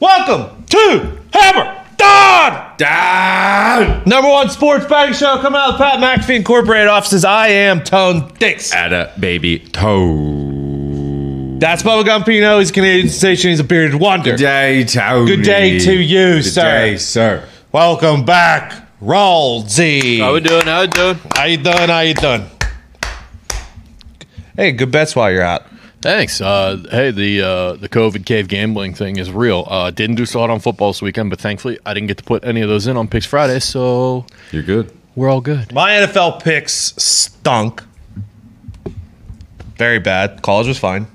Welcome to Hammer Don! Don! Number one sports betting show coming out of the Pat McAfee Incorporated offices. I am Tone Dix. Add a uh, baby toe. That's Bubba Gumpino. He's a Canadian sensation. He's a bearded wonder. Day, Tony. Good day to you, Good sir. day, sir. Welcome back, Raul Z. How we doing? How we doing? How you doing? How you doing? Hey, good bets while you're out. Thanks. Uh, hey, the uh, the COVID cave gambling thing is real. Uh, didn't do so hot on football this weekend, but thankfully I didn't get to put any of those in on picks Friday, so You're good. we're all good. My NFL picks stunk. Very bad. College was fine.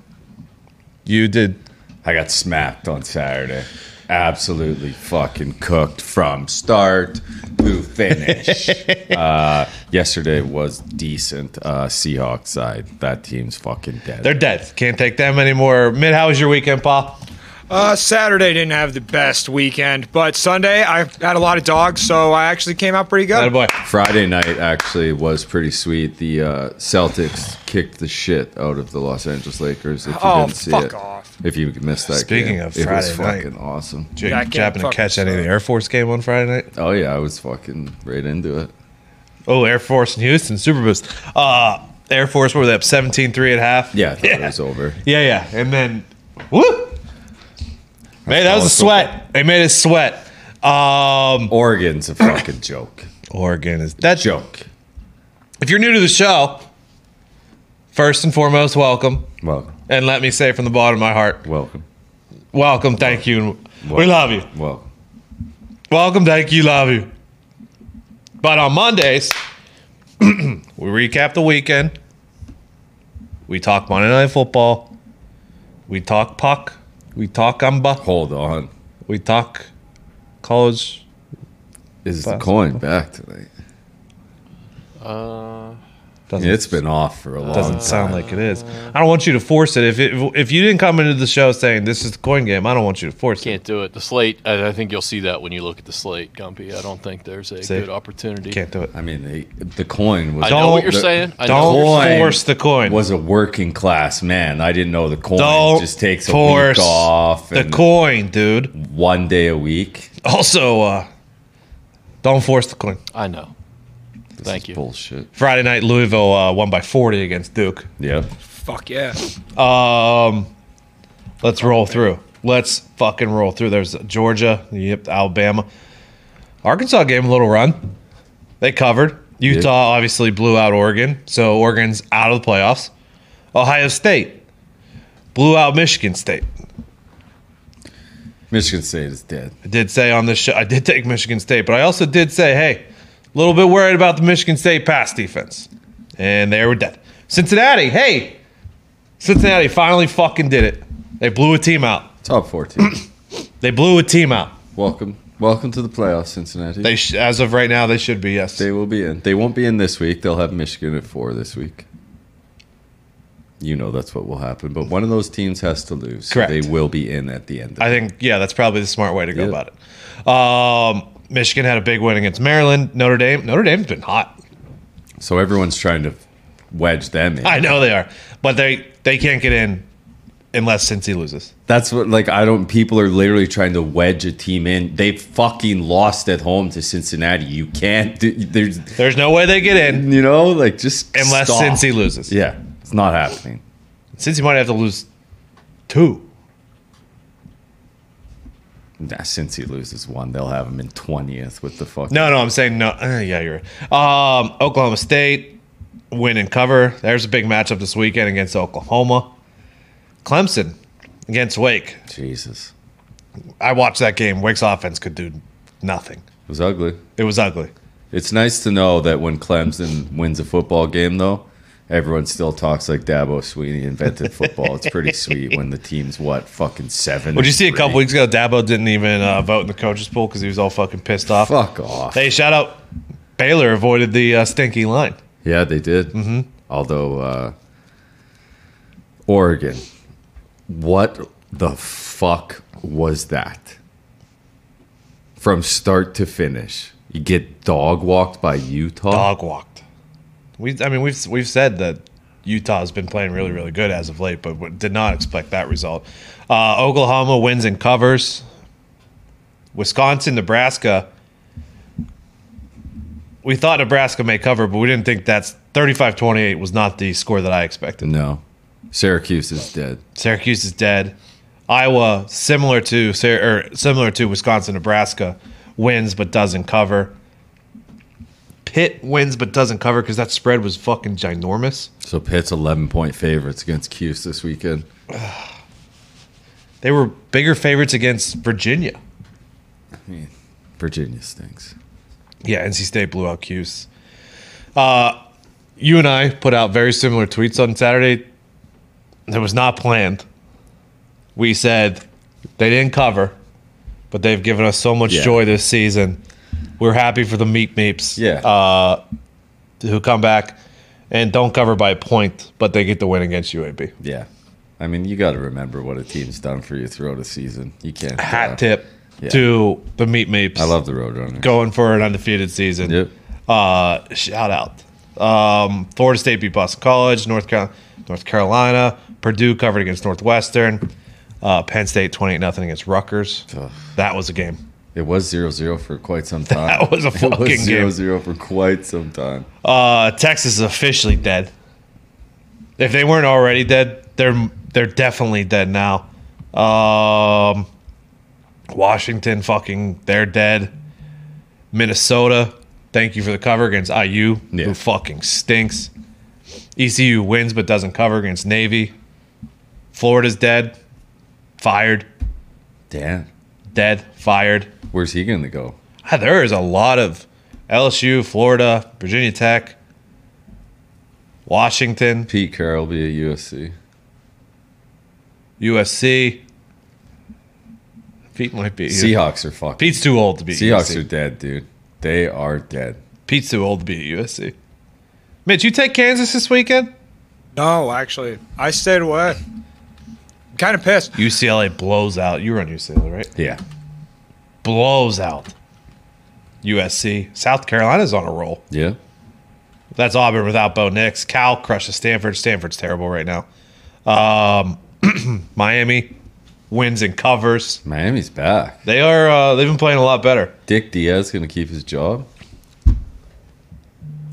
You did. I got smacked on Saturday. Absolutely fucking cooked from start to finish. uh, yesterday was decent. Uh, Seahawks side. That team's fucking dead. They're dead. Can't take them anymore. Mid, how was your weekend, Pa? Uh, Saturday didn't have the best weekend, but Sunday I had a lot of dogs, so I actually came out pretty good. boy. Friday night actually was pretty sweet. The uh, Celtics kicked the shit out of the Los Angeles Lakers. If you Oh, didn't see fuck it, off. if you missed that, Speaking game, of it was Friday night. fucking awesome. Did Yeah, I you can't happen to fucking catch any of the say. Air Force game on Friday night? Oh yeah, I was fucking right into it. Oh, Air Force in Houston, Super Boost. Uh, Air Force were they up 17-3 at half? Yeah, I thought it yeah, was over. yeah, yeah. And then, whoop. Man, that was a college sweat. They made us sweat. Um, Oregon's a fucking joke. Oregon is that Joke. If you're new to the show, first and foremost, welcome. Welcome, And let me say from the bottom of my heart, welcome, welcome, thank you, and we Welcome. love you. welcome. Welcome, thank you, love you. But on Mondays, we recap the weekend. We talk Monday Night Football. We talk puck. We talk umba. Hold on. We talk college. Is the coin back tonight? Doesn't, It's been off for a long doesn't time. sound like it is. I don't want you to force it. If, it. if you didn't come into the show saying this is the coin game, I don't want you to force it. Can't do it. The slate. I, I think you'll see that when you look at the slate, Gumpy. I don't think there's a See? good opportunity. Can't do it. I mean, they, the coin was I know what Don't- you're saying. I know Don't what you're coin force the coin. was a working class man. I didn't know the coin Don't just takes a force week off. the and- coin, dude. one day a week. Also, uh, don't force the coin. I know. This Thank is you. Bullshit. Friday night, Louisville uh, won by 40 against Duke. Yeah. Fuck yeah. Um, let's roll through. Let's fucking roll through. There's Georgia, yep, Alabama. Arkansas gave 'em a little run. They covered. Utah obviously blew out Oregon, so Oregon's out of the playoffs. Ohio State blew out Michigan State. Michigan State is dead. I did say on this show, I did take Michigan State, but I also did say, hey, a little bit worried about the Michigan State pass defense. And they were dead. Cincinnati, hey, Cincinnati finally fucking did it. They blew a team out. Top 14. They blew a team out. welcome. Welcome to the playoffs, Cincinnati. They They, sh- as of right now, they should be yes. will be in. They won't be in this week. They'll have Michigan at four this week. You know that's what will happen. But one of those teams has to lose. So Correct. They will be in at the end. Of I think yeah, that's probably the smart way to go Yeah. about it. Um, Michigan had a big win against Maryland. Notre Dame. Notre Dame's been hot. so everyone's trying to wedge them in. I know they are, but they they can't get in unless Cincy loses. That's what like I don't people are literally trying to wedge a team in. They fucking lost at home to Cincinnati. You can't do, there's There's no way they get in you know like just unless stop. Cincy loses. Yeah, it's not happening. Cincy might have to lose two. Nah, since he loses one, they'll have him in twentieth with the fuck. No, no, I'm saying no. Uh, yeah, you're right. Um, Oklahoma State win and cover. There's a big matchup this weekend against Oklahoma. Clemson against Wake. Jesus, I watched that game. Wake's offense could do nothing. it was ugly. It was ugly. It's nice to know that when Clemson wins a football game, though, everyone still talks like Dabo Sweeney invented football. it's pretty sweet when the team's what fucking seven. Would you and see a three? couple weeks ago? Dabo didn't even uh, vote in the coaches pool because he was all fucking pissed off. Fuck off. Hey, shout out Baylor avoided the uh, stinky line. yeah, they did. Mm-hmm. Although uh, Oregon, what the fuck was that? From start to finish, you get dog walked by Utah. Dog walked. We, I mean, we've we've said that Utah's been playing really, really good as of late, but w- did not expect that result. Uh, Oklahoma wins and covers. Wisconsin, Nebraska. We thought Nebraska may cover, but we didn't think that's 35 28 was not the score that I expected. No. Syracuse is dead. Syracuse is dead. Iowa, similar to Sy- or similar to Wisconsin, Nebraska, wins but doesn't cover. Pitt wins but doesn't cover because that spread was fucking ginormous. So Pitt's 11 point favorites against Cuse this weekend. They were bigger favorites against Virginia. Virginia stinks. Yeah, NC State blew out Cuse. Uh, you and I put out very similar tweets on Saturday. It was not planned. We said they didn't cover, but they've given us so much Yeah. joy this season. We're happy for the meat meeps Yeah. uh, who come back and don't cover by a point, but they get the win against UAB. Yeah. I mean, you got to remember what a team's done for you throughout a season. You can't. Hat uh, tip Yeah. to the meat meeps. I love the Roadrunner. going for an undefeated season. Yep. Uh, shout out. Um, Florida State beat Boston College, North Carolina, North Carolina, Purdue covered against Northwestern, uh, Penn State 28 nothing against Rutgers. Ugh. That was a game. It was 0 0 for quite some time. That was a it fucking game. was 0 0 for quite some time. Uh, Texas is officially dead. If they weren't already dead, they're they're definitely dead now. Um, Washington, fucking, they're dead. Minnesota, thank you for the cover against IU, Yeah. who fucking stinks. ECU wins but doesn't cover against Navy. Florida's dead, fired, Damn. dead, fired. Where's he going to go? Ah, There is a lot of LSU, Florida, Virginia Tech, Washington. Pete Carroll will be at USC. USC. Pete might be. Seahawks are fucking. Pete's too old to be. at Seahawks USC. are dead, dude. They are dead. Pete's too old to be at USC. Mitch, you take Kansas this weekend? No, actually, I stayed away. I'm kind of pissed. UCLA blows out. You were on UCLA, right? Yeah. Blows out. USC. South Carolina's on a roll. Yeah. That's Auburn without Bo Nix. Cal crushes Stanford. Stanford's terrible right now. Um, Miami wins and covers. Miami's back. They are. Uh, they've been playing a lot better. Dick Diaz going to keep his job.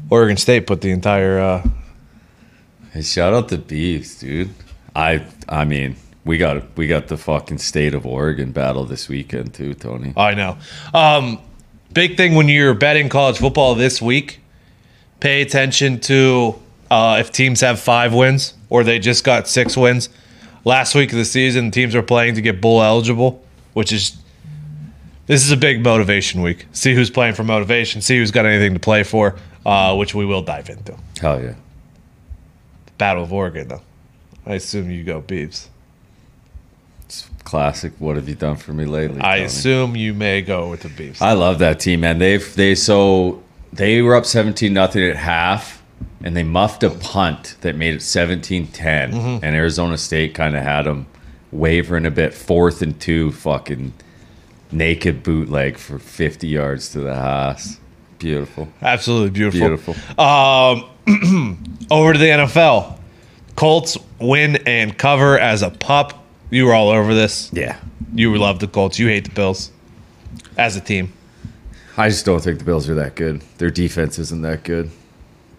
Oregon State put the entire uh, Hey, shout out to Beeves, dude. I I mean, we got we got the fucking state of Oregon battle this weekend too, Tony. I know. Um, big thing when you're betting college football this week, pay attention to uh, if teams have five wins or they just got six wins. Last week of the season, teams are playing to get bowl eligible, which is this is a big motivation week. See who's playing for motivation. See who's got anything to play for, uh, which we will dive into. Hell yeah. Battle of Oregon, though. I assume you go Beebs. It's classic what have you done for me lately? I Tony. assume you may go with the Beebs. I love that team, man. They've they so they were up 17 nothing at half and they muffed a punt that made it 17-10 and Arizona State kind of had them wavering a bit fourth and two fucking naked bootleg for 50 yards to the house. Beautiful. Absolutely Beautiful. Over to the NFL. Colts win and cover as a pup. You were all over this. Yeah. You love the Colts. You hate the Bills as a team. I just don't think the Bills are that good. Their defense isn't that good.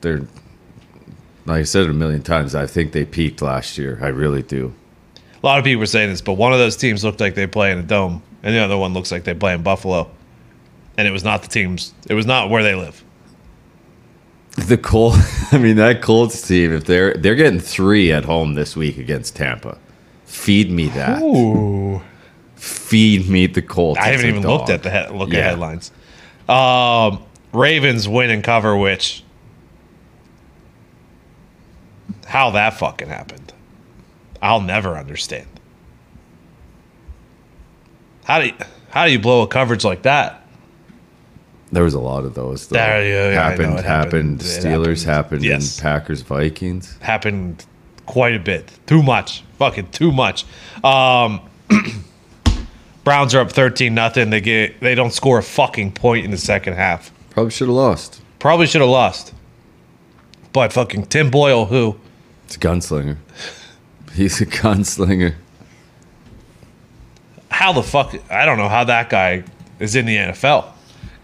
They're like I said it a million times, I think they peaked last year. I really do. A lot of people were saying this, but one of those teams looked like they play in a dome, and the other one looks like they play in Buffalo. And it was not the teams. It was not where they live. The Col I mean that Colts team, if they're they're getting three at home this week against Tampa. Feed me that. Ooh, Feed me the Colts. I as haven't a even dog. looked at the head look Yeah. at headlines. Um, Ravens win and cover, which how that fucking happened, I'll never understand. How do you, how do you blow a coverage like that? There was a lot of those though. There you- yeah, I know happened, it happened. happened. It Steelers happened, Yes. and Packers Vikings. Happened quite a bit, too much, fucking too much. Um, Browns are up thirteen nothing. They get they don't score a fucking point in the second half. Probably should have lost. Probably should have lost. But fucking Tim Boyle, who It's a gunslinger. He's a gunslinger. how the fuck I don't know how that guy is in the NFL.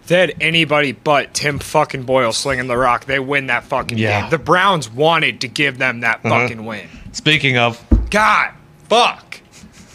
If they had anybody but Tim fucking Boyle slinging the rock, they win that fucking Yeah. Uh-huh. game. The Browns wanted to give them that fucking win. Speaking of, God, fuck.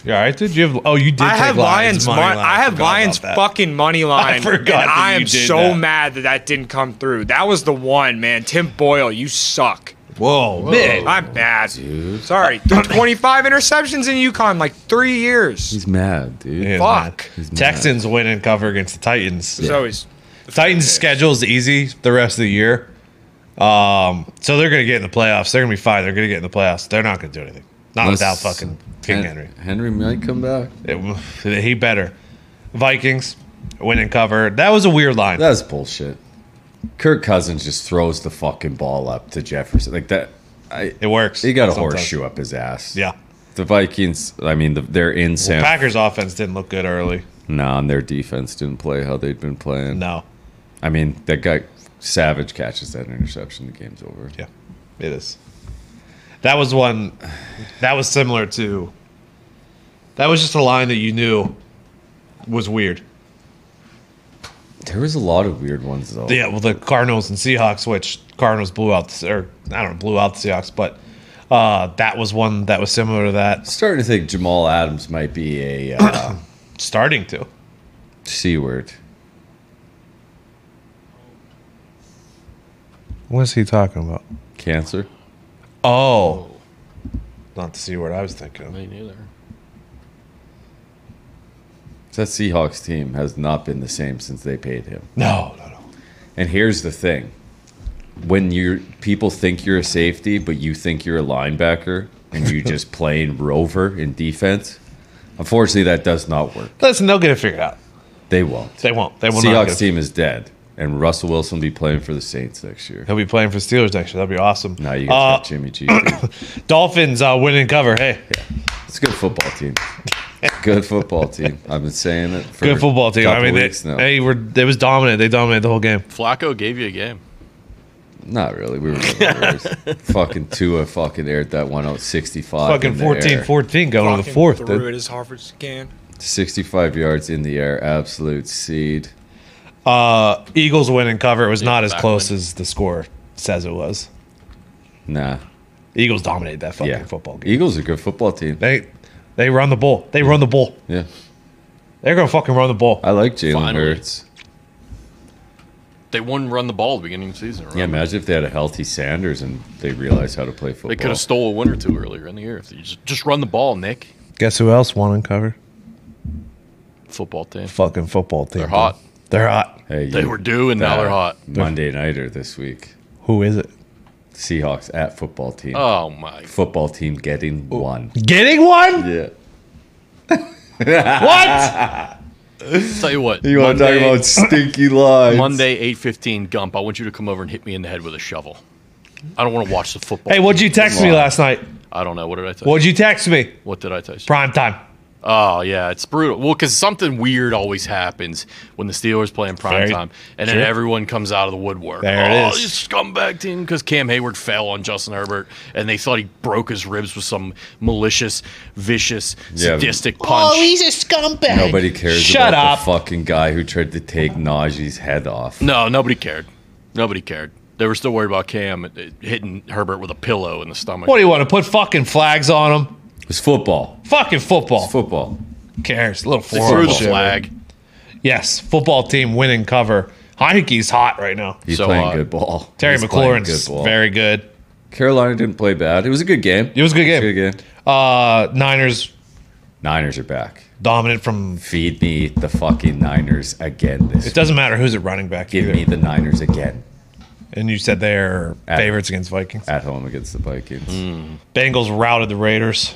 you all right, dude? You have oh, you did. I take have Lions. money mon- line. I forgot have about Lions that. fucking money line. I forgot and that I you am did so that. mad that that didn't come through. That was the one, man. Tim Boyle, you suck. Whoa, man. Oh, I'm bad. dude. Sorry. Uh, Threw 25 interceptions in UConn like three years. He's mad, dude. Yeah, Fuck. man. Texans win and cover against the Titans. It's always Titans' schedule is easy the rest of the year. Um, so they're going to get in the playoffs. They're going to be fine. They're going to get in the playoffs. They're not going to do anything. Not without Unless fucking King Henry. Henry might come back. It- he better. Vikings win and cover. That was a weird line. That's bullshit. Kirk Cousins just throws the fucking ball up to Jefferson like that. I it works. he got a sometimes. horseshoe up his ass. Yeah. The Vikings. I mean, the, they're in San. Packers offense didn't look good early. nah, and their defense didn't play how they'd been playing. No. I mean, that guy Savage catches that interception. The game's over. Yeah. It is. That was one that was similar to that was just a line that you knew was weird. There was a lot of weird ones though. Yeah, well, the Cardinals and Seahawks, which Cardinals blew out, the, or I don't know, blew out the Seahawks, but uh, that was one that was similar to that Starting to think Jamal Adams might be a uh, starting to. c word. What is he talking about? Cancer. Oh, not the C word I was thinking of. Me neither. That Seahawks team has not been the same since they paid him. No, no, no. And here's the thing: when you people think you're a safety, but you think you're a linebacker, and you just playing rover in defense. Unfortunately, that does not work. Listen, they'll get it figured out. They won't. They won't. They will not. Get Seahawks it. team is dead, and Russell Wilson will be playing for the Saints next year. He'll be playing for Steelers next year. That'd be awesome. Now you Uh, got Jimmy G. dude. Dolphins uh, winning cover. Hey, it's a good football team. Good football team. I've been saying it for good football team. A I couple mean, they, weeks now. they were they was dominant. They dominated the whole game. Flacco gave you a game. Not really. We were never worried. fucking Tua fucking aired that one out 65. Fucking in the 14 air. 14 going to the fucking fourth. threw dude. it as Harvard can. 65 yards in the air. Absolute seed. Uh, Eagles win and cover. It was not as back close win. as the score says it was. Nah. Eagles dominated that fucking Yeah. football game. Eagles are a good football team. They they run the ball. They run the ball. Yeah. They're gonna fucking run the ball. I like Jalen Finally. Hurts. They wouldn't run the ball at the beginning of the season. Right? Yeah, imagine if they had a healthy Sanders and they realized how to play football. They could have stole a win or two earlier in the year. If you just, just run the ball, Nick. Guess who else won and cover? Football team. Fucking football team. They're hot. dude. They're hot. hey, They you- were due, and now that they're hot. Monday nighter this week. Who is it? Seahawks at football team. Oh my! football team getting one. Getting one? Yeah. What? Tell you what. You want to talk Monday- about stinky lies? Monday, eight fifteen. Gump. I want you to come over and hit me in the head with a shovel. I don't want to watch the football. hey, what'd you text me Wow. last night? I don't know. What did I tell you? What'd you text me? What did I tell you? Prime time. Oh yeah, it's brutal. Well, because something weird always happens when the Steelers play in prime Very time, and true. then everyone comes out of the woodwork. There it oh, is. this scumbag team because Cam Hayward fell on Justin Herbert, and they thought he broke his ribs with some malicious, vicious, Yeah. sadistic punch. Nobody cares Shut about up. the fucking guy who tried to take Najee's head off. no, nobody cared. Nobody cared. They were still worried about Cam uh, hitting Herbert with a pillow in the stomach. What do you want to put fucking flags on them? It was football. Fucking football. Who Football. cares? little they threw four. the flag. Yes, football team winning cover. Heineke's hot right now. He's So, playing uh, good ball. Terry He's playing McLaurin's good ball. very good. Carolina didn't play bad. It was a good game. It was a good game. It was a good game. Uh, Niners Niners are back. dominant from. Feed me the fucking Niners again this It week. doesn't matter who's at running back Give either. me the Niners again And you said they're At- favorites against Vikings. at home against the Vikings. Mm, Bengals routed the Raiders.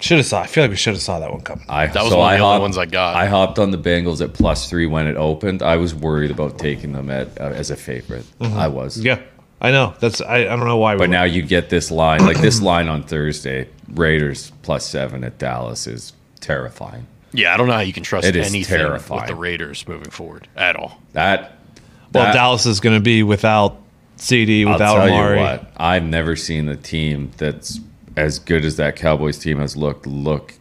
Should have saw. I feel like we should have saw that one coming. I, That was one of the only ones I got. I hopped on the Bengals at plus three when it opened. I was worried about taking them at uh, as a favorite. Mm-hmm. I was. Yeah, I know. That's I. I don't know why. But we now you get this line, like this line on Thursday, Raiders plus seven at Dallas is terrifying. Yeah, I don't know how you can trust It is anything terrifying. with the Raiders moving forward at all. That well, that- Dallas is going to be without CD, I'll without tell Amari. you what, I've never seen a team that's as good as that Cowboys team has looked look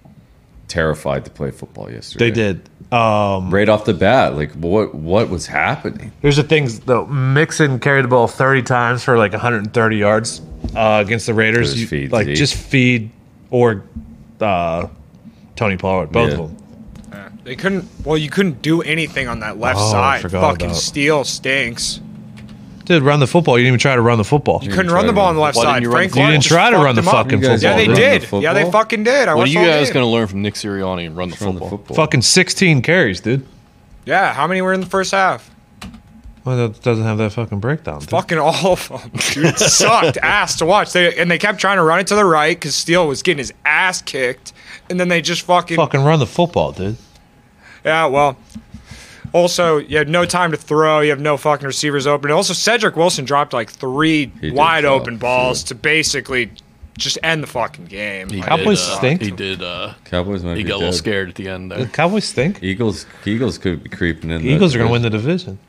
terrified to play football yesterday. They did. Um, right off the bat. Like what what was happening? here's the things though. Mixon carried the ball 30 times for like 130 yards uh, against the Raiders. Just You- feed like Zeke. just feed or uh, Tony Pollard, both of Yeah. them. They couldn't. Well, you couldn't do anything on that left Oh, I side. forgot Fucking about- steel stinks. Dude, run the football. You didn't even try to run the football. You You, couldn't try run the to ball run- on the left Why didn't side. you run- Frank You Clark didn't just try to fucked run the them up. fucking You guys football. Yeah, they Run dude. the did. Yeah, they football? fucking did. I What are watched you all guys game. going to learn from Nick Sirianni and run the Run the football? football. Fucking 16 carries, dude. Yeah, how many were in the first half? Well, that doesn't have that fucking breakdown. dude. Fucking all of them. Dude, it sucked ass to watch. They and they kept trying to run it to the right because Steele was getting his ass kicked, and then they just fucking Fucking run the football, dude. yeah. Well, also you have no time to throw. You have no fucking receivers open. Also, Cedric Wilson dropped like three did wide drop open balls to basically just end the fucking game. He Like, Cowboys did, uh, stink. He did. Uh, Cowboys might he be got a little dead. scared at the end there. Cowboys stink. Eagles Eagles could be creeping in. that Eagles are going to win division. the division.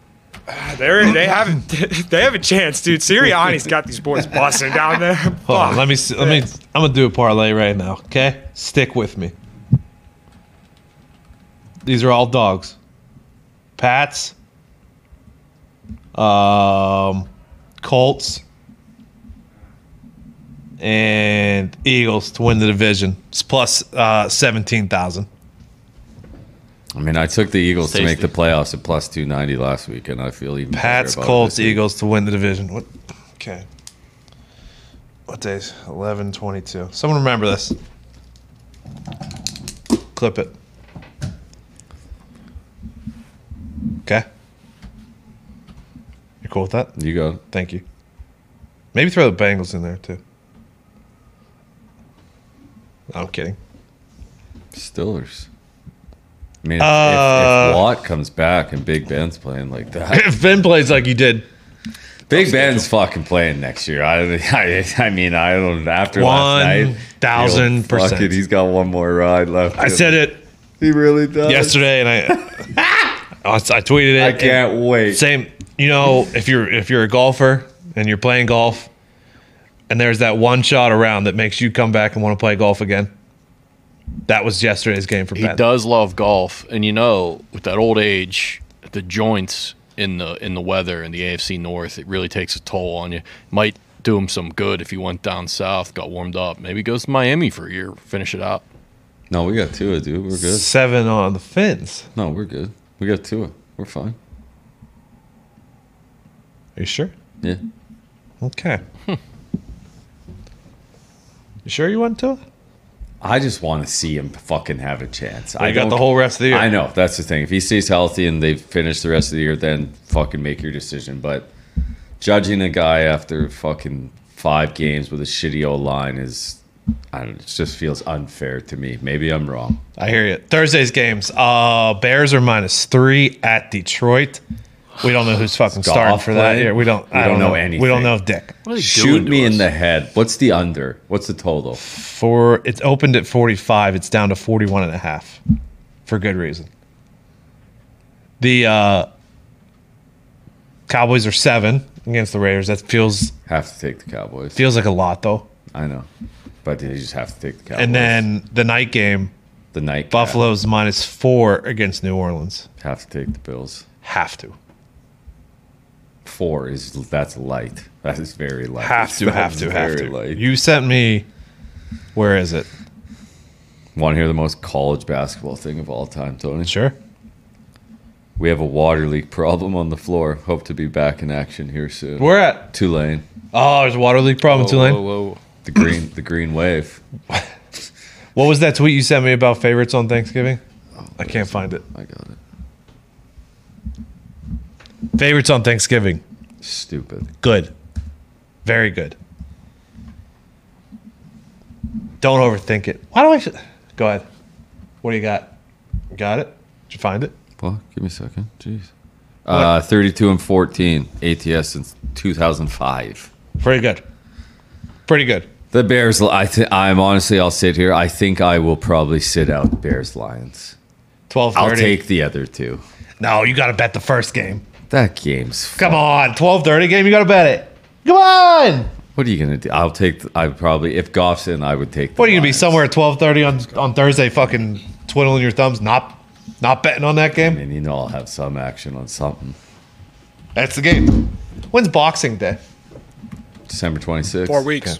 they're, they have they have a chance, dude. Sirianni's got these boys busting down there. Hold on, Fuck. let me s- let me. I'm gonna do a parlay right now. Okay, stick with me. These are all dogs. Pats. Um, Colts. And Eagles to win the division. It's plus uh, seventeen thousand. I mean, I took the Eagles to make Tasty. the playoffs at plus two ninety last week, and I feel even better Pats, about it Colts, this week. Eagles to win the division. What? Okay. What days? 11, 22. Someone remember this. Clip it. Okay. You cool with that? You go. Thank you. Maybe throw the Bengals in there too. No, I'm kidding. Steelers. I mean, if, if, Uh, if Watt comes back and Big Ben's playing like that, If Ben plays like you did, Big Ben's fucking playing next year. I, I, I mean, I don't. After last night, 1000%. he'll fuck it, He's got one more ride left. I said it He really does. yesterday, and I I tweeted it. I and- can't wait. Same. You know, if you're if you're a golfer and you're playing golf, and there's that one shot around that makes you come back and want to play golf again. That was yesterday's game for He Ben. does love golf, and you know, with that old age, the joints in the in the weather in the AFC North, it really takes a toll on you. Might do him some good if he went down south, got warmed up. Maybe goes to Miami for a year, finish it out. No, we got Tua, dude. We're good. Seven on the fins. No, we're good. We got Tua. We're fine. Are you sure? Yeah. Hmm. Okay. You sure you want to? I just want to see him fucking have a chance. I I got don't- the whole rest of the year. I know that's the thing. If he stays healthy and they finish the rest of the year, then fucking make your decision. But judging a guy after fucking five games with a shitty old line is, I don't. It just feels unfair to me. Maybe I'm wrong. I hear you. Thursday's games. Uh, Bears are minus three at Detroit. We don't know who's fucking Golf starting for that. play? Yeah, we don't. We I don't don't know know anything. We don't know Dick. What are they Shoot doing to me in us? the head. What's the under? What's the total? for it's opened at 45 it's down to 41 and a half for good reason the uh cowboys are seven against the raiders that feels Have to take the Cowboys. feels like a lot though I know, but you just have to take the Cowboys. and then the night game the night cap. buffalo's minus four against new orleans have to take the Bills. have to Four is that's light. That is very light. have to That have is to have very to light. you sent me where is it Want to hear the most college basketball thing of all time, Tony? sure We have a water leak problem on the floor. Hope to be back in action here soon. we're at Tulane, oh there's a water leak problem in tulane Whoa, whoa, whoa. the green, the green wave. what was that tweet you sent me about favorites on thanksgiving Oh, i can't find it I got it. favorites on thanksgiving Stupid. Good. Very good. Don't overthink it. Why do I? f- Go ahead. What do you got? You Got it? Did you find it? Well, give me a second. Jeez. Uh, 32 and 14 ATS since 2005. Pretty good. Pretty good. The Bears. I th- I'm honestly, I'll sit here. I think I will probably sit out Bears Lions. Twelve I'll thirty. take the other two. No, you got to bet the first game. That game's. Come on, twelve thirty game. You got to bet it. Come on. What are you gonna do? I'll take. I would probably if Goff's in, I would take. The What are you gonna be Lions. somewhere at twelve thirty on on Thursday, fucking twiddling your thumbs, not not betting on that I game? mean, you know, I'll have some action on something. That's the game. When's Boxing Day? December twenty sixth. Four weeks.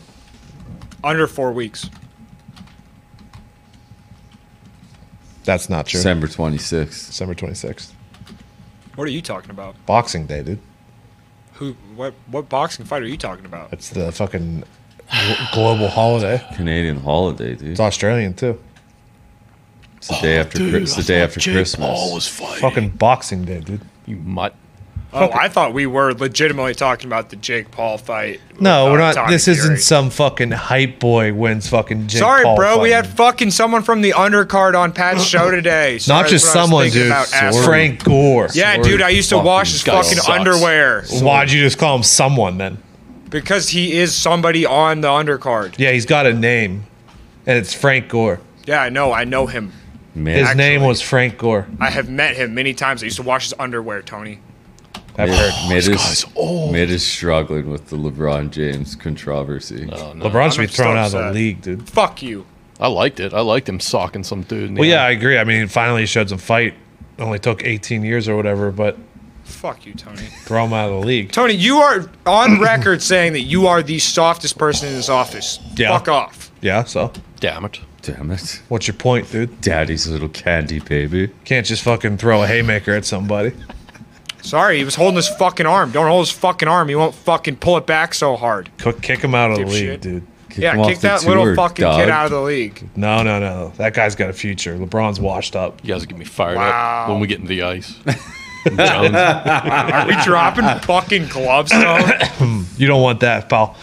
Under four weeks. That's not true. December twenty sixth. December twenty sixth, What are you talking about? Boxing Day, dude. Who? What? What boxing fight are you talking about? That's the fucking glo- global holiday. Canadian holiday, dude. It's Australian too. It's the Oh, day after. Chris- it's the day after Paul Christmas. was fighting. Fucking Boxing Day, dude. you mutt. Oh, I thought we were legitimately talking about the Jake Paul fight. No, with, we're uh, not. Tommy this Fury. isn't some fucking hype boy wins fucking. Jake Sorry, Paul bro. We fucking- had fucking someone from the undercard on Pat's show today. Sorry, not just that's what I was someone, thinking dude. about, asshole. Frank Gore. Yeah, Sorry, dude. I used to fucking wash his guy fucking sucks. underwear Why'd you just call him someone then? because he is somebody on the undercard. Yeah, he's got a name, and it's Frank Gore. Yeah, I know. I know him. His Man, name was Frank Gore. I have met him many times. I used to wash his underwear, Tony. I've heard. Mid guy's is, old. Mid is struggling with the LeBron James controversy. Oh, no. LeBron should be I'm so thrown out of the upset. league, dude. Fuck you. I liked it. I liked him socking some dude. In the Well, yeah, eye. I agree. I mean, finally he showed some fight. Only took 18 years or whatever, but Fuck you, Tony. throw him out of the league. Tony, you are on record saying that you are the softest person in this office. Yeah. Fuck off. Yeah, so Damn it. Damn it, what's your point, dude? Daddy's little candy baby. Can't just fucking throw a haymaker at somebody. Sorry, he was holding his fucking arm. Don't hold his fucking arm. He won't fucking pull it back so hard. Kick kick him out of the league, Dipshit. dude. Kick him yeah, off kick the that little tour, fucking dog. kid out of the league. No, no, no. That guy's got a future. LeBron's washed up. You guys get me fired up Wow. when we get in the ice. I'm done. Are we dropping fucking gloves, Tony? You don't want that, pal.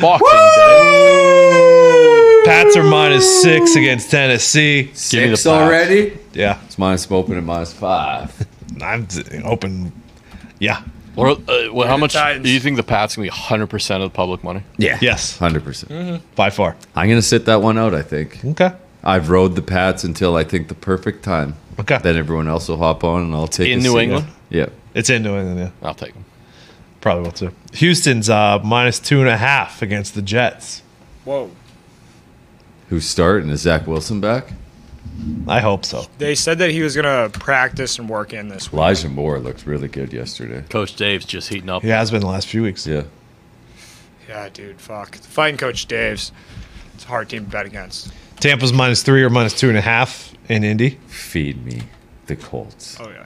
Boxing day. Pats are minus six against Tennessee. Give me the Six pass. already. Yeah, It's minus open and minus five. I'm t- open. Yeah. Or, uh, well, how much Titans. do you think the Pats can be 100% of the public money? Yeah. Yes. Hundred Mm-hmm. percent. By far. I'm gonna sit that one out. I think Okay. I've rode the Pats until I think the perfect time. Okay. Then everyone else will hop on, and I'll take In a New seat. England? Yeah. It's in New England. Yeah. I'll take them. Probably will too. Houston's uh, minus two and a half against the Jets. Whoa. Who's starting? Is Zach Wilson back? I hope so. They said that he was going to practice and work in this week. Elijah Moore looked really good yesterday. Coach Dave's just heating up. He has been the last few weeks. Yeah. Yeah, dude, fuck. Fighting Coach Dave's. It's a hard team to bet against. Tampa's minus three or minus two and a half in Indy. Feed me the Colts. Oh, yeah.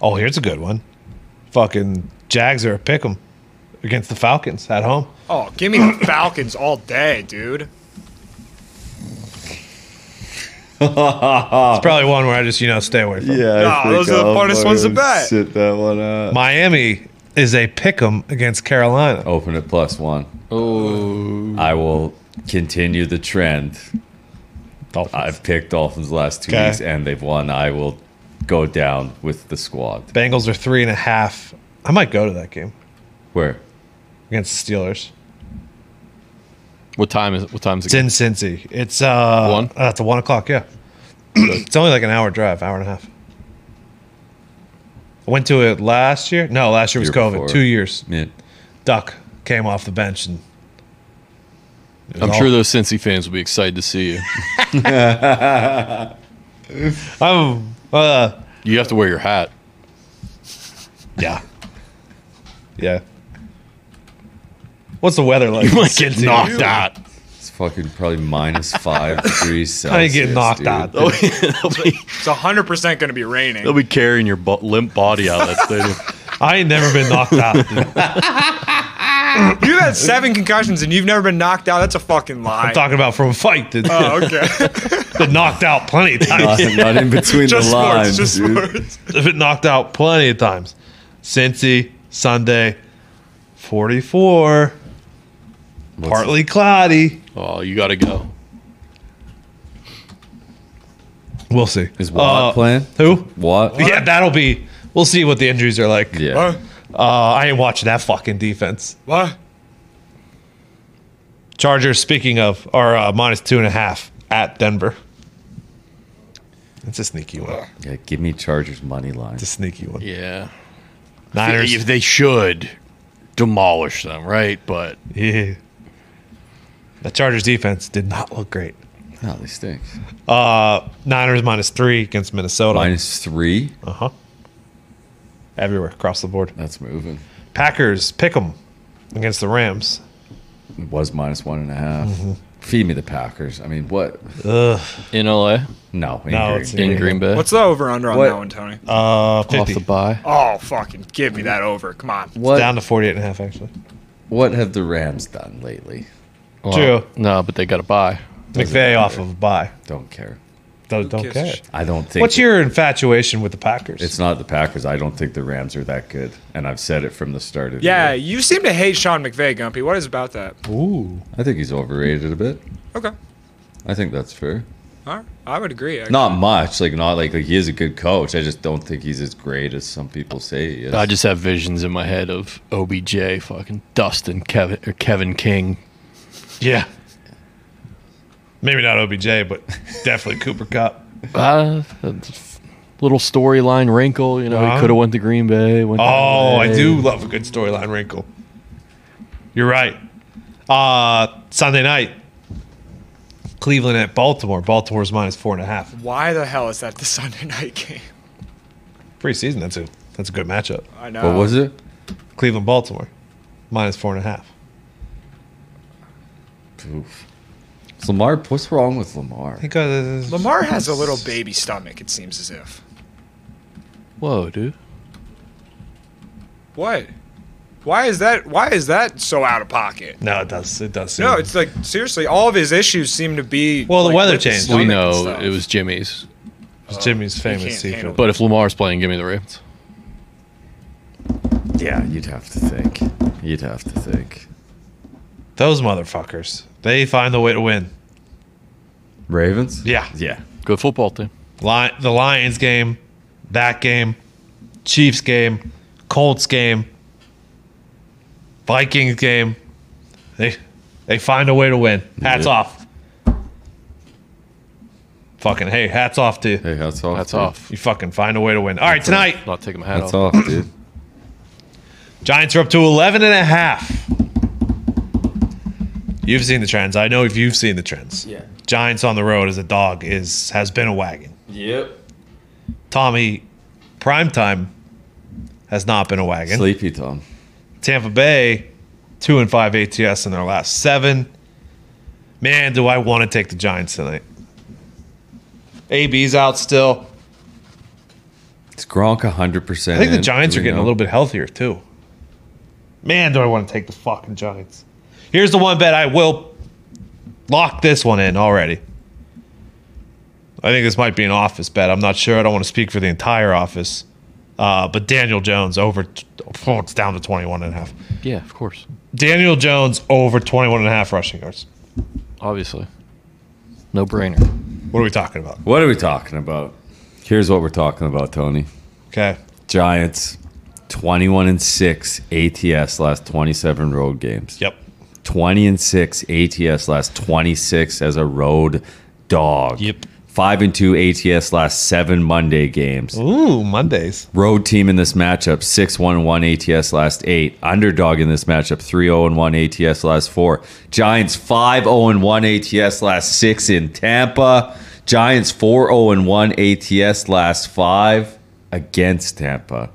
Oh, here's a good one. Fucking Jags are a pick 'em against the Falcons at home. Oh, give me the Falcons all day, dude. It's probably one where I just you know stay away from. Uh, Yeah. Nah, those are the funnest ones to bet. Sit that one up. Miami is a pick 'em against Carolina. Open at plus one. Oh. I will continue the trend. I've picked Dolphins last two Okay. weeks, and they've won. I will go down with the squad. Bengals are three and a half. I might go to that game Where? against the Steelers. What time is it? What time's it? It's in Cincy. It's uh, One? Uh, it's a one o'clock. Yeah, it's only like an hour drive, hour and a half. I went to it last year. No, last year was Year COVID. before. Two years. Yeah. Duck came off the bench and. it was I'm all- sure those Cincy fans will be excited to see you. I'm. Uh, You have to wear your hat. yeah. Yeah. What's the weather like? in Cincy? out. It's fucking probably minus five degrees Celsius. I ain't getting knocked dude. out. Oh, yeah, they'll, be, It's 100% going to be they'll raining. be carrying your bo- limp body out of that stadium. I ain't never been knocked out. dude. You've had seven concussions and you've never been knocked out. That's a fucking lie. Talking about from a fight, dude. oh, okay. been knocked out plenty of times. Not, not in between just the lines. sports. Just dude. sports. Uh. I've been knocked out plenty of times. Cincy, Sunday, 44, What's- partly cloudy. Oh, you got to go. We'll see. Is Watt Uh, playing? Who? Watt? Yeah, that'll be. We'll see what the injuries are like. Yeah. What? Uh, I ain't watching that fucking defense. What? Chargers, speaking of, are uh, minus two and a half at Denver. It's a sneaky one. Yeah, give me Chargers money line. It's a sneaky one. Yeah. Niners. If they should. demolish them, right? But Yeah. The Chargers defense did not look great. Oh, they stink. Uh, Niners minus three against Minnesota. Minus three. Uh huh. Everywhere across the board. That's moving. Packers pick 'em against the Rams. It was minus one and a half. Feed me the Packers. I mean, what? Ugh. in LA, No, in No, Green it's Bay. in Green Bay, What's the over under on What? that one, Tony? Uh, off 50. the bye. Oh, fucking give me that over. Come on. what? Down to 48 and a half, actually. What have the Rams done lately? Well, True. No, but they got a bye. McVay off of a bye. Don't care. Don't, don't gives a care. shit? I don't think. What's your infatuation with the Packers? It's not the Packers. I don't think the Rams are that good, and I've said it from the start. Of the Yeah, year. you seem to hate Sean McVay, Gumpy. What is about that? Ooh. I think he's overrated a bit. Okay. I think that's fair. All right. I would agree. Actually. Not much. Like not like, like he is a good coach. I just don't think he's as great as some people say he is. I just have visions in my head of OBJ fucking Dustin Kevin or Kevin King. Yeah. Maybe not OBJ, but definitely Cooper Cup. Uh, that's a little storyline wrinkle, you know, Uh-huh. he could have went to Green Bay. Went to Oh, I LA. do love a good storyline wrinkle. You're right. Uh, Sunday night, Cleveland at Baltimore. Baltimore's minus four and a half. Why the hell is that the Sunday night game? Preseason, that's a that's a good matchup. I know. what was it? Cleveland, Baltimore, minus four and a half. Oof. It's Lamar, what's wrong with Lamar? Because Lamar has a little baby stomach, it seems as if. Whoa, dude. What? Why is that why is that so out of pocket? no, it does it does. No, seem- it's like seriously, all of his issues seem to be Well, the like, weather with changed. stomach We and know stuff. it was Jimmy's. it's Jimmy's can't famous handle secret. it. But if Lamar's playing, give me the Ravens. Yeah, you'd have to think. You'd have to think. Those motherfuckers, they find the way to win. Ravens? Yeah. Yeah. Good football team. Lion, the Lions game, that game, Chiefs game, Colts game, Vikings game. They they find a way to win. Hats Yeah. off. Fucking hey, hats off to you. Hey, that's off. That's dude. off. You fucking find a way to win. All right, tonight, Not taking my hat That's off. off, dude. Giants are up to 11 and a half. You've seen the trends. I know if you've seen the trends. Yeah. Giants on the road as a dog is has been a wagon. Yep. Tommy, primetime has not been a wagon. Sleepy Tom. Tampa Bay, two and five ATS in their last seven. Man, do I want to take the Giants tonight? AB's out still. It's Gronk 100%. I think the Giants are getting a little bit healthier too. Man, do I want to take the fucking Giants? Here's the one bet I will lock this one in already. I think this might be an office bet. I'm not sure. I don't want to speak for the entire office. Uh, but Daniel Jones over, oh, it's down to 21 and a half. Yeah, of course. Daniel Jones over 21 and a half rushing yards. Obviously. No brainer. What are we talking about? What are we talking about? Here's what we're talking about, Tony. Okay. Giants, 21 and 6 ATS last 27 road games. Yep. 20 and 6 ATS last 26 as a road dog. Yep. 5 and 2 ATS last 7 Monday games. Ooh, Mondays. Road team in this matchup 6 1 1 ATS last 8. Underdog in this matchup oh 3 0 1 ATS last 4. Giants oh 5 0 1 ATS last 6 in Tampa. Giants oh 4 0 1 ATS last 5 against Tampa.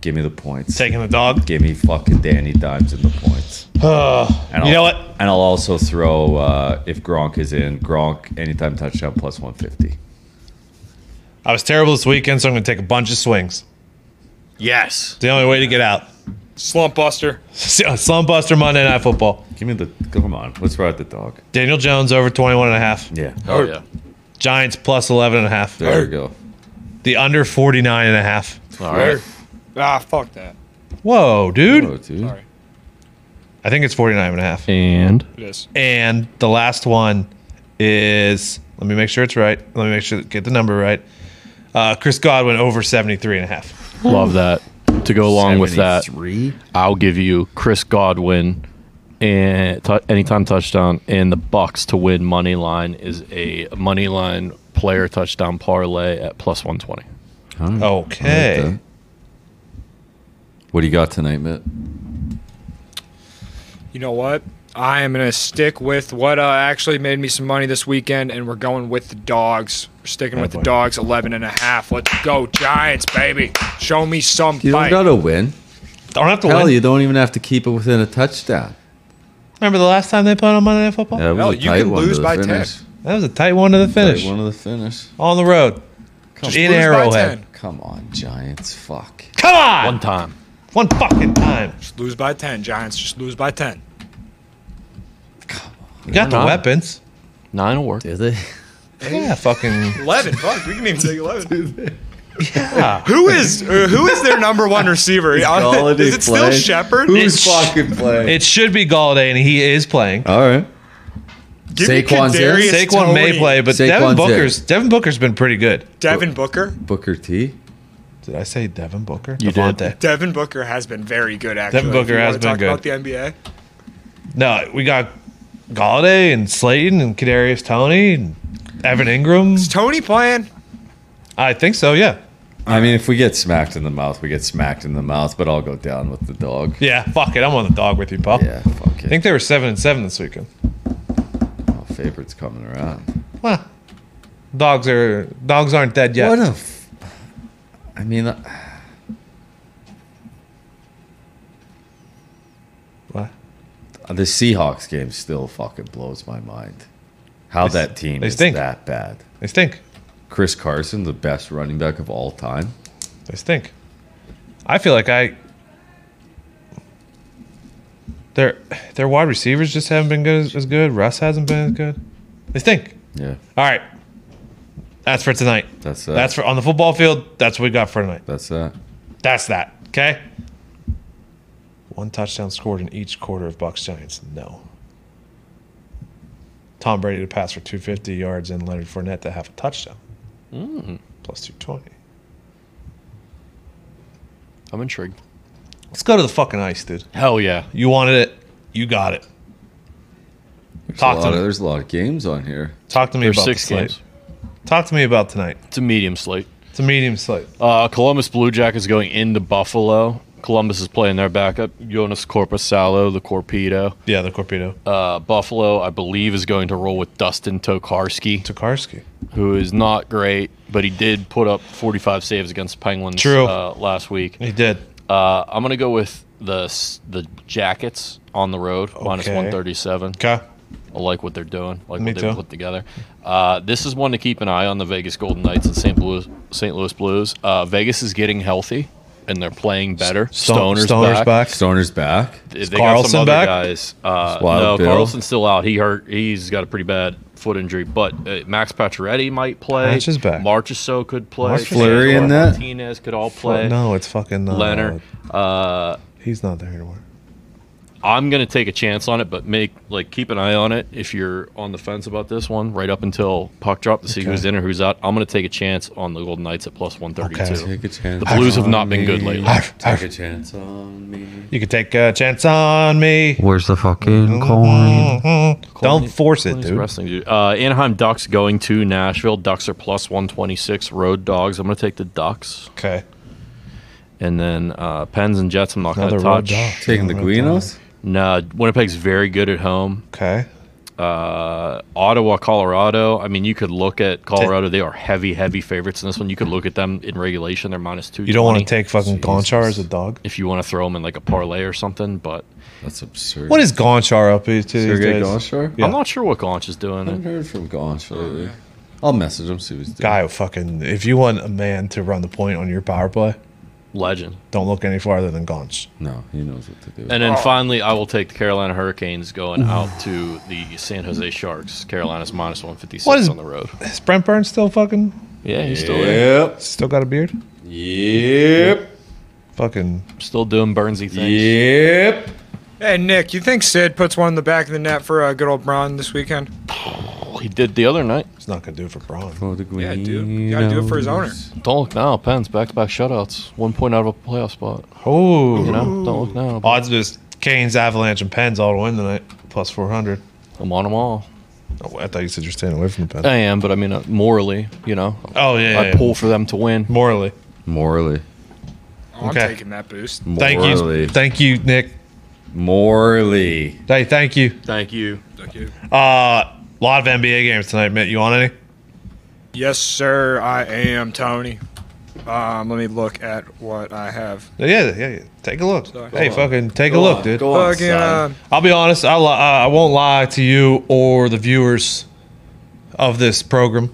Give me the points. Taking the dog. Give me fucking Danny Dimes in the points. and you I'll- know what? And I'll also throw uh, if Gronk is in Gronk anytime touchdown plus one fifty. I was terrible this weekend, so I'm going to take a bunch of swings. Yes. It's the only way to get out. slump buster. Slum Buster Monday Night Football. Give me the come on. Let's ride the dog. Daniel Jones over 21 and a half. Yeah, Oh, yeah. Giants plus 11 and a half. there we go. The under 49 and a half. All right. Ah, fuck that. Whoa, Oh, dude. dude. Sorry. I think it's 49 and a half. And It is. And the last one is let me make sure it's right. Let me make sure get the number right. Uh, Chris Godwin over 73 and a half. love that. To go along with that, three. I'll give you Chris Godwin and t- anytime touchdown and the Bucks to win money line is a money line player touchdown parlay at plus 120. Okay. What do you got tonight, Mitt? You know what? I am going to stick with what uh, actually made me some money this weekend, and we're going with the dogs. We're sticking with the Oh, boy. dogs, 11 and a half. Let's go, Giants, baby. Show me some You don't fight. got to win. Don't have to Hell, win. you don't even have to keep it within a touchdown. Remember the last time they played on Monday Night Football? That was Hell, a you tight can one lose to the by finish. 10. That was a tight one to the finish. Tight one to the finish. On the road. Just in lose by Arrowhead. 10. Come on, Giants. Fuck. Come on! One time. One fucking time. Just lose by 10, Giants. Just lose by 10. You got the not. weapons. Nine will work. Did they? Yeah, fucking. 11. Fuck, we can even take 11. Yeah. who is uh, who is their number one receiver? Uh, is it still Shepard? Who's It's- fucking playing? It should be Galladay, and he is playing. All right. Give me Saquon's there? Kadarius Saquon may Toney. play, but Saquon's Devin it. Booker's Devin Booker's been pretty good. Devin Booker. Booker T. Did I say Devin Booker? You did. Devin Booker has been very good. Actually, Devin Booker If you has wanna been talk good. About the NBA. No, we got Galladay and Slayton and Kadarius Tony and Evan Ingram. Is Tony playing? I think so. Yeah. I mean, if we get smacked in the mouth, we get smacked in the mouth, but I'll go down with the dog. Yeah. Fuck it. I'm on the dog with you, Paul. Yeah, fuck I it. think they were seven and seven this weekend. Oh, favorite's coming around. Well, dogs are dogs aren't dead yet. What a. F- I mean, uh, I- What? the Seahawks game still fucking blows my mind. How that team they is stink. that bad. They stink. Chris Carson, the best running back of all time. They stink. I feel like I. Their their wide receivers just haven't been good as, as good. Russ hasn't been as good. They stink. Yeah, All right. That's for tonight. that's that. That's for on the football field. That's what we got for tonight. that's that. That's that. Okay. One touchdown scored in each quarter of Bucks Giants. No. Tom Brady to pass for 250 yards and Leonard Fournette to have a touchdown. Plus 220. I'm intrigued. Let's go to the fucking ice, dude. Hell yeah. You wanted it. You got it. There's, Talk a to lot of, me. there's a lot of games on here. Talk to me There's about six the slate. games. Talk to me about tonight. It's a medium slate. It's a medium slate. Uh, Columbus Blue Jackets going into Buffalo. Columbus is playing their backup, Jonas Corposalo, the Corpedo. Yeah, the Corpedo. Uh, Buffalo, I believe, is going to roll with Dustin Tokarski, Tokarski. who is not great, but he did put up 45 saves against the Penguins True. Uh, last week. He did. Uh, I'm going to go with the s- the Jackets on the road, minus Okay. 137. Okay. I like what they're doing, like Me what too. they've put together. Uh, this is one to keep an eye on the Vegas Golden Knights and St. Louis St. Louis Blues. Uh, Vegas is getting healthy and they're playing better. Stone- Stoner's, back. Stoner's back. They got Carlson some other back? guys. Uh, Wild no, Bill. Carlson's still out. He hurt. He's got a pretty bad foot injury. But uh, Max Pacioretty might play. Patch is back. Marchessault could play. Marchessault. Fleury in Cesar that? Martinez could all Fuck, play. No, it's fucking uh, Leonard. Uh, He's not there anymore. I'm gonna take a chance on it, but make like keep an eye on it if you're on the fence about this one, right up until puck drop to see who's in or who's out. I'm gonna take a chance on the Golden Knights at plus one thirty two. Okay. Take a chance. The Blues have not been good lately. Arf, Take arf. a chance on me. You could take a chance on me. Where's the fucking coin? Don't force it, Nice dude. Wrestling, dude. Uh, Anaheim Ducks going to Nashville. Ducks are plus one twenty six. Road dogs. I'm gonna take the Ducks, Okay. and then uh, Pens and Jets. I'm not gonna Another road touch. dog. Taking the Guinos? Nah, Winnipeg's very good at home. Okay. uh, Ottawa, Colorado. I mean, you could look at Colorado. They are heavy, heavy favorites in this one. You could look at them in regulation. They're minus two. You don't want to take fucking Gonchar as a dog. if you want to throw them in like a parlay or something. But That's absurd. What is Gonchar up to these Sergei days? Gonchar? Yeah. I'm not sure what Gaunch is I haven't doing. heard from Gonch lately. I'll message him, see what he's doing. Guy, who fucking. If you want a man to run the point on your power play, Legend. don't look any farther than Gonch. No, he knows what to do. And then finally, I will take the Carolina Hurricanes going out to the San Jose Sharks. Carolina's minus one fifty What is- six on the road. Is Brent Burns still fucking? Yeah, he's still there. yep. Still got a beard? Yep. Fucking. still doing Burnsy things. Yep. Hey Nick, you think Sid puts one in the back of the net for uh, good old Braun this weekend? He did the other night. It's not gonna do it for Braun. For the Yeah, dude. You gotta do it for his owner. Don't look now. Pens back to back shutouts. One point out of a playoff spot. Oh, You know, don't look now. odds is Canes, Avalanche, and Pens all to win tonight, plus four hundred. I'm on them all. Oh, I thought you said you're staying away from the Pens. I am, but I mean uh, morally, you know, Oh yeah, yeah, I yeah. pull for them to win. morally. Morally. Oh, I'm Okay. taking that boost. Thank Morley. you, thank you, Nick. Morley. Hey, thank you. Thank you. Uh, a lot of NBA games tonight, Mitt. You on any? Yes, sir. I am Tony. Um, let me look at what I have. Yeah, yeah. yeah. Take a look. Sorry. Hey, Go on. fucking take a Go look, on, dude. go on, Fucking, son. uh, I'll be honest. I li- I I won't lie to you or the viewers of this program.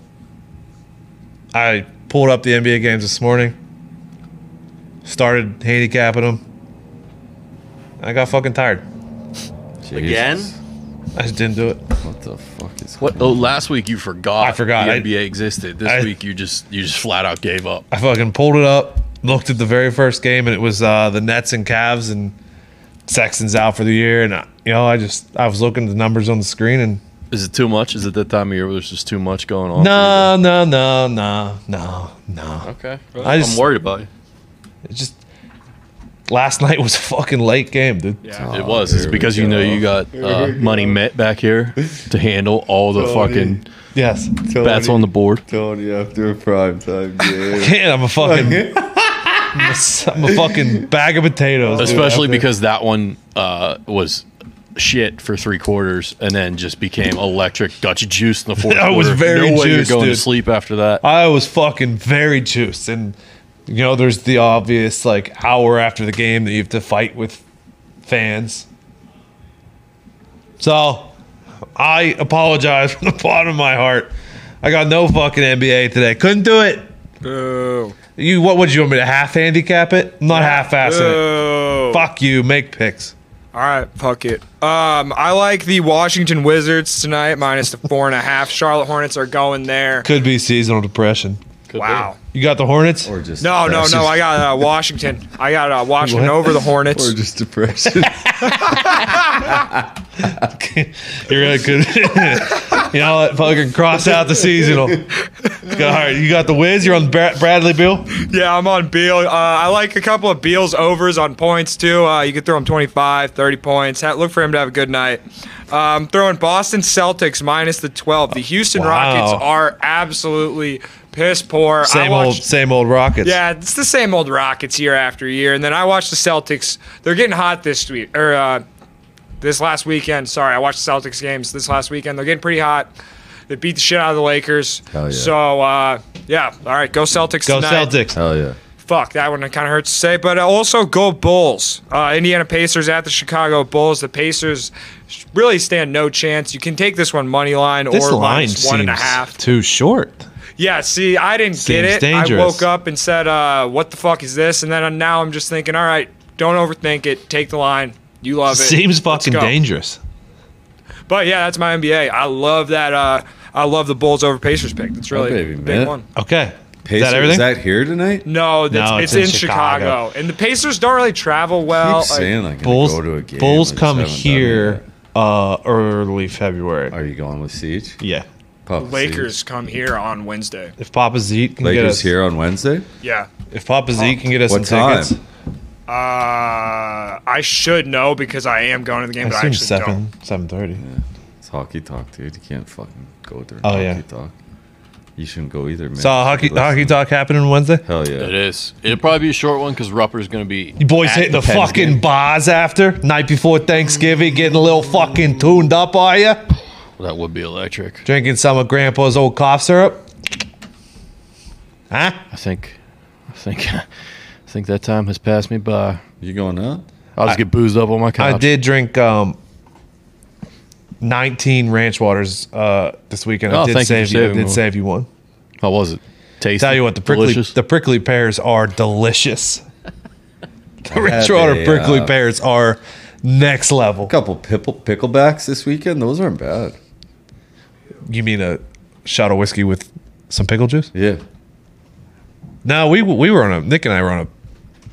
I pulled up the NBA games this morning. Started handicapping them. I got fucking tired. uh, Again? Jesus. I just didn't do it. What the fuck is What? Oh, last week you forgot. I forgot. the I- NBA existed. This I- week you just you just flat out gave up. I fucking pulled it up, looked at the very first game, and it was uh, the Nets and Cavs, and Sexton's out for the year. And I, you know, I just I was looking at the numbers on the screen, and Is it too much? Is it that time of year where there's just too much going on? no, no, no, no, no, no. Okay. I just- I'm worried about you. It just last night was a fucking late game, dude. Yeah. It was. It's here we because you know go. you got uh, money met back here to handle all the fucking Yes, bats on the board. Tony after a prime time game. yeah, I'm a fucking. I'm a s- I'm a fucking bag of potatoes. dude. Especially because that one uh, was shit for three quarters and then just became electric Dutch juice in the fourth I quarter. was very no way you're juiced, going dude. to sleep after that. I was fucking very juiced, and you know, there's the obvious like hour after the game that you have to fight with fans. So, I apologize from the bottom of my heart. I got no fucking NBA today. Couldn't do it. Boo. You, what would you want me to half handicap it? I'm not half assing it. Boo. Fuck you. Make picks. All right, fuck it. Um, I like the Washington Wizards tonight, minus the four and a half. Charlotte Hornets are going there. Could be seasonal depression. Wow. You got the Hornets. Or just No, no, no. I got uh, Washington. I got uh, Washington What? over the Hornets. or just depression. You're really good. you know what? Fucking cross out the seasonal. All right, you got the Wiz. You're on Bra- Bradley Bill. Yeah, I'm on Beal. Uh, I like a couple of Beal's overs on points, too. Uh, you could throw him 25, 30 points. Ha- Look for him to have a good night. Um, throwing Boston Celtics minus the 12. The Houston Wow. Rockets are absolutely piss poor. I Same watched- old, same old Rockets. Yeah, it's the same old Rockets year after year. And then I watched the Celtics. They're getting hot this week or uh, this last weekend. Sorry, I watched the Celtics games this last weekend. They're getting pretty hot. They beat the shit out of the Lakers. Hell yeah. So uh, yeah, all right, go Celtics. Go tonight. Celtics. Hell yeah. Fuck, that one kind of hurts to say, but uh, also go Bulls. Uh, Indiana Pacers at the Chicago Bulls. The Pacers really stand no chance. You can take this one money line This or line minus one and a half. seems too short. Yeah, see, I didn't get Seems it. dangerous. I woke up and said, uh, "What the fuck is this?" And then uh, now I'm just thinking, "All right, don't overthink it. Take the line. You love it. Seems Let's fucking go." dangerous. But yeah, that's my NBA. I love that. Uh, I love the Bulls over Pacers pick. That's really baby, a man. big one. Okay, Pacers, is that everything? Is that here tonight? No, that's, No, it's, it's in, in Chicago. Chicago. and the Pacers don't really travel Keep well. Like, saying like Bulls. go to a game. Bulls I just come haven't done it here yet. uh, early February. Are you going with Siege? Yeah, Papa Lakers come here on Wednesday. if Papa Zeke can Siege. get Lakers us here on Wednesday. Yeah. if Papa Zeke can get us some What time? tickets, Uh, I should know because I am going to the game, I but I assume actually don't. seven, seven thirty. It's hockey talk, dude. You can't fucking go during Oh, hockey yeah. talk. You shouldn't go either, man. So hockey, Listen. hockey talk happening Wednesday. Hell It yeah. is. It'll probably be a short one because Rupper's going to be. You boys at hitting the, Pens fucking game. bars after night before Thanksgiving, getting a little fucking tuned up, are you? That would be electric. Drinking some of Grandpa's old cough syrup, huh? I think, I think, I think that time has passed me by. You going out? I'll just get boozed up on my couch. I did drink um, nineteen ranch waters uh, this weekend. Oh, I did thank you for save you. I saving did one. save you one. How was it? Tasty. Tell you what, the prickly Delicious? the prickly pears are delicious. The ranch had water a, prickly uh, pears are next level. Couple pickle picklebacks this weekend. Those aren't bad. You mean a shot of whiskey with some pickle juice? Yeah. No, we we were on a Nick and I were on a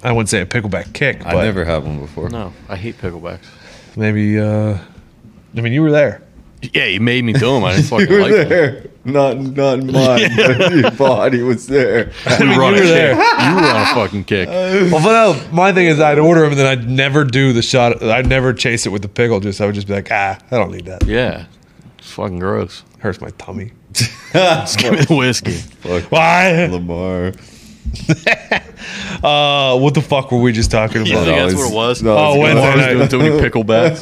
I wouldn't say a pickleback kick, but I never had one before. no, I hate picklebacks. maybe uh I mean you were there. Yeah, you made me do them. I didn't fucking You were like them. there. Not not in mine, but your body was there. You were on a were kick. there. You were on a fucking kick. Well, but no, my thing is I'd order them and then I'd never do the shot. I'd never chase it with the pickle juice. I would just be like, ah, I don't need that. yeah, it's fucking gross. hurts my tummy. Just give me the whiskey. Fuck Why? Lamar. Uh, what the fuck were we just talking about? You think that's what it was? No, Oh, it's- Wednesday Tomorrow's night. doing too many picklebacks.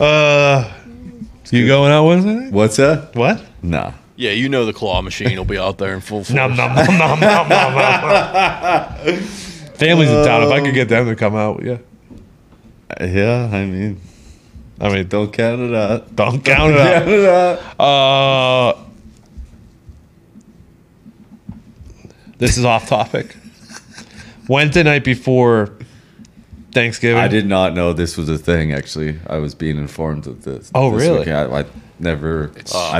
Uh, You going out Wednesday night? what's that? What? Nah. yeah, you know the claw machine will be out there in full force. Nom nom nom nom nom nom. nom. Families in town. If I could get them to come out, yeah. Yeah, I mean, I mean, don't, don't count it out. don't count it Count out. it out. Uh, this is off topic. Wednesday night before Thanksgiving. I did not know this was a thing. Actually, I was being informed of this. Oh, this really? weekend. I, I never. I never.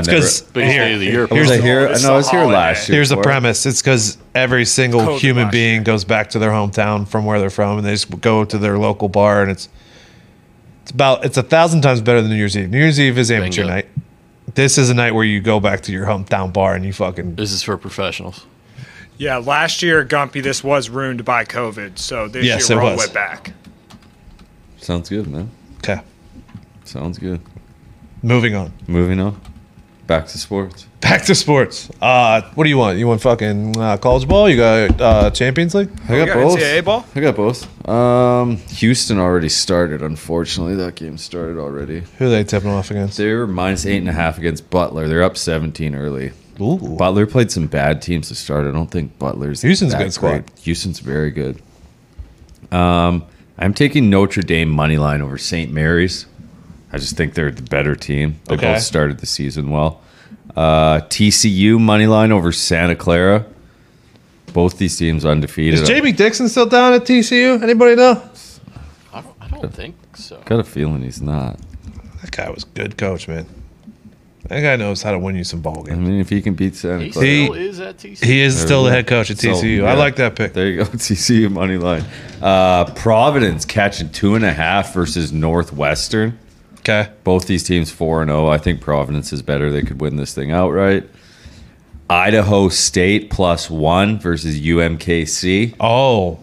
'cause- Biggest day of the year. was I here? it's No, I was a here holiday. last year. Here's the for it. premise. It's because every single Cold human last being goes back to their hometown from where they're from, and they just go to their local bar, and it's it's about it's a thousand times better than New Year's Eve. New Year's Eve is amateur Bingo. night. This is a night where you go back to your hometown bar and you fucking This is for professionals. Yeah, last year Gumpy, this was ruined by COVID, so this Yes, year it we're all was. went back. Sounds good, man. okay. Sounds good. Moving on. Moving on. Back to sports. Back to sports. Uh, what do you want? You want fucking uh, college ball? You got uh, Champions League? I We got got both. NCAA ball? I got both. Um, Houston already started. Unfortunately, that game started already. Who are they tipping off against? They're minus eight and a half against Butler. They're up seventeen early. Ooh. Butler played some bad teams to start. I don't think Butler's Houston's a good squad. great. Houston's very good. Um, I'm taking Notre Dame money line over St. Mary's. I just think they're the better team. They Okay. both started the season well. Uh, TCU money line over Santa Clara. Both these teams undefeated. Is Jamie Dixon still down at TCU? Anybody know? I don't, I don't think so. I got a feeling he's not. That guy was good coach, man. That guy knows how to win you some ball I games. mean, if he can beat Santa He Clara, He- still is at TC. He is still the we go. head coach at So, TCU. yeah. I like that pick. There you go, TCU money line. Uh, Providence catching two and a half versus Northwestern. Okay. Both these teams four and zero. I think Providence is better. They could win this thing outright. Idaho State plus one versus UMKC. Oh,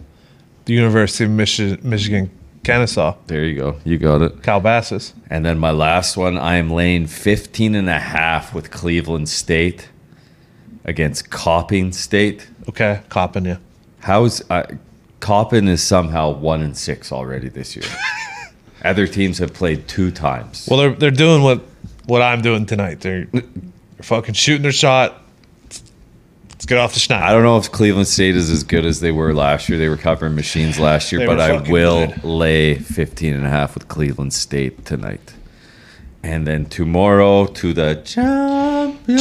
the University of Michi- Michigan, Kennesaw, There you go. You got it. Calabasas. And then my last one, I am laying 15 and a half with Cleveland State against Copping State. Okay, copping you. How's uh, Coppin is somehow one and six already this year. Other teams have played two times. Well, they're they're doing what what I'm doing tonight. They're, they're fucking shooting their shot. Let's get off the I schneid. don't know if Cleveland State is as good as they were last year. They were covering machines last year, They but were I fucking will good. lay 15 and a half with Cleveland State tonight. And then tomorrow to the champion.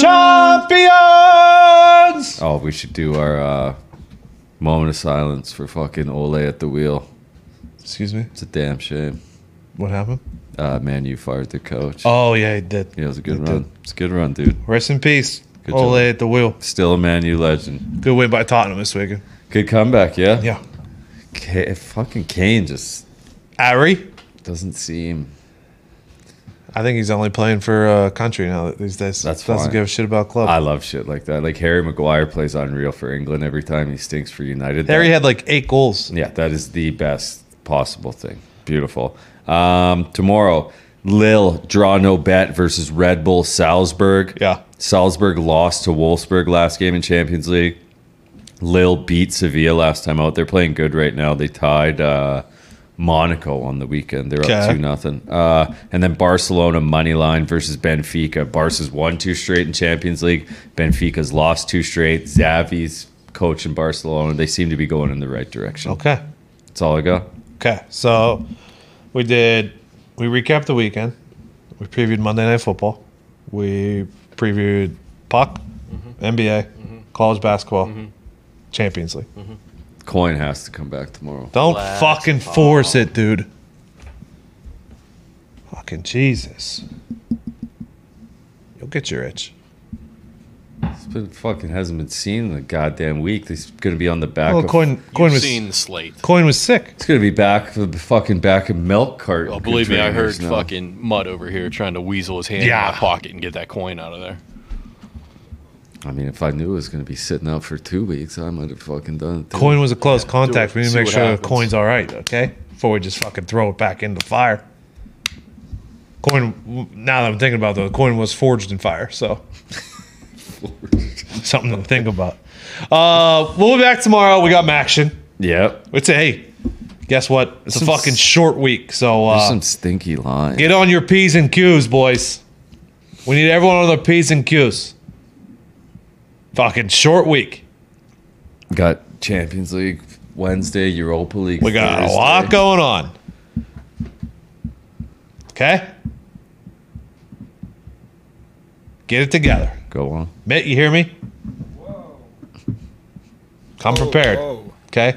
Champions. Oh, we should do our uh, moment of silence for fucking Ole at the wheel. Excuse me. It's a damn shame. What happened? Uh, man, you fired the coach. Oh yeah, he did. yeah, it was a good He did. run. It's a good run, dude. Rest in peace. Good Ole job. at the wheel. Still a Man U legend. Good win by Tottenham this weekend. Good comeback, yeah? Yeah. K- fucking Kane just Ari, doesn't seem. I think he's only playing for uh, country now these days. That's doesn't fine. give a shit about club. I love shit like that. Like Harry Maguire plays unreal for England every time he stinks for United. Harry That- had like eight goals. yeah, that is the best possible thing. Beautiful. Um, tomorrow, Lille draw no bet versus Red Bull Salzburg. Yeah. Salzburg lost to Wolfsburg last game in Champions League. Lille beat Sevilla last time out. They're playing good right now. They tied uh, Monaco on the weekend. They're up Okay. two nothing. Uh, and then Barcelona money line versus Benfica. Barca's won two straight in Champions League. Benfica's lost two straight. Xavi's coach in Barcelona. They seem to be going in the right direction. Okay. That's all I got. Okay, so we did. We recapped the weekend. We previewed Monday Night Football. We previewed puck, Mm-hmm. NBA, college basketball, Champions League. Coin has to come back tomorrow. Don't fucking Oh. force it, dude. Fucking Jesus. You'll get your itch. It's been fucking hasn't been seen in a goddamn week. He's gonna be on the back. Well, of, coin, coin You've was seen the slate. coin was sick. It's gonna be back of the fucking back of milk cart. Well, Oh, believe me, I heard containers now. fucking Mud over here trying to weasel his hand Yeah. in my pocket and get that coin out of there. I mean, if I knew it was gonna be sitting out for two weeks, I might have fucking done it. Too. Coin was a close contact. it. We need to See make what sure the happens. coin's all right, okay? Before we just fucking throw it back into fire. Coin. Now that I'm thinking about it, though, the coin was forged in fire, so something to think about. Uh, we'll be back tomorrow. We got action. Yep. It's a hey, guess what? It's a Some fucking s- short week. So uh, There's some stinky lines. Get on your P's and Q's, boys. We need everyone on their P's and Q's. Fucking short week. Got Champions League Wednesday, Europa League. We got Thursday. a lot going on. Okay? Get it together. Go on. Mitt, you hear me? Come prepared. Okay?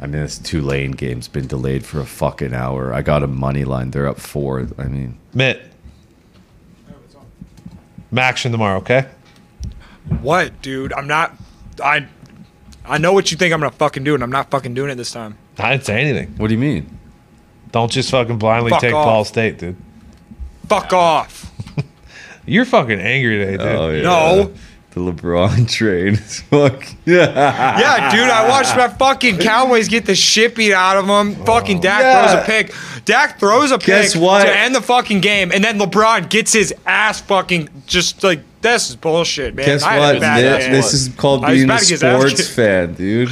I mean, this two lane game's been delayed for a fucking hour. I got a money line. They're up four. I mean, Mitt. Maction tomorrow, okay? What, dude? I'm not. I. I know what you think I'm gonna fucking do, and I'm not fucking doing it this time. I didn't say anything. what do you mean? Don't just fucking blindly Fuck take off. Ball State, dude. Fuck off. You're fucking angry today, dude. Oh, yeah. No. The LeBron train is fuck. Yeah. Yeah, dude, I watched my fucking Cowboys get the shit beat out of them. Fucking Dak Oh. Yeah. throws a pick. Dak throws a Guess pick what? to end the fucking game, and then LeBron gets his ass fucking just like this is bullshit, man. Guess I had a what? bad This, day. this is called I was being about a to get that. sports fan, dude.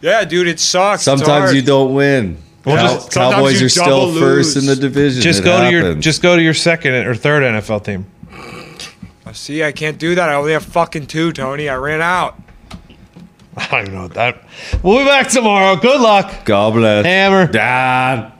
yeah, dude, it sucks. It's Sometimes hard. you don't win. Well, Cow- just- sometimes Cowboys you are still double first in the lose. division. just It go to your happens. just go to your second or third NFL team. See, I can't do that. I only have fucking two, Tony. I ran out. I don't even know what that. We'll be back tomorrow. Good luck, God bless. Hammer. Dad.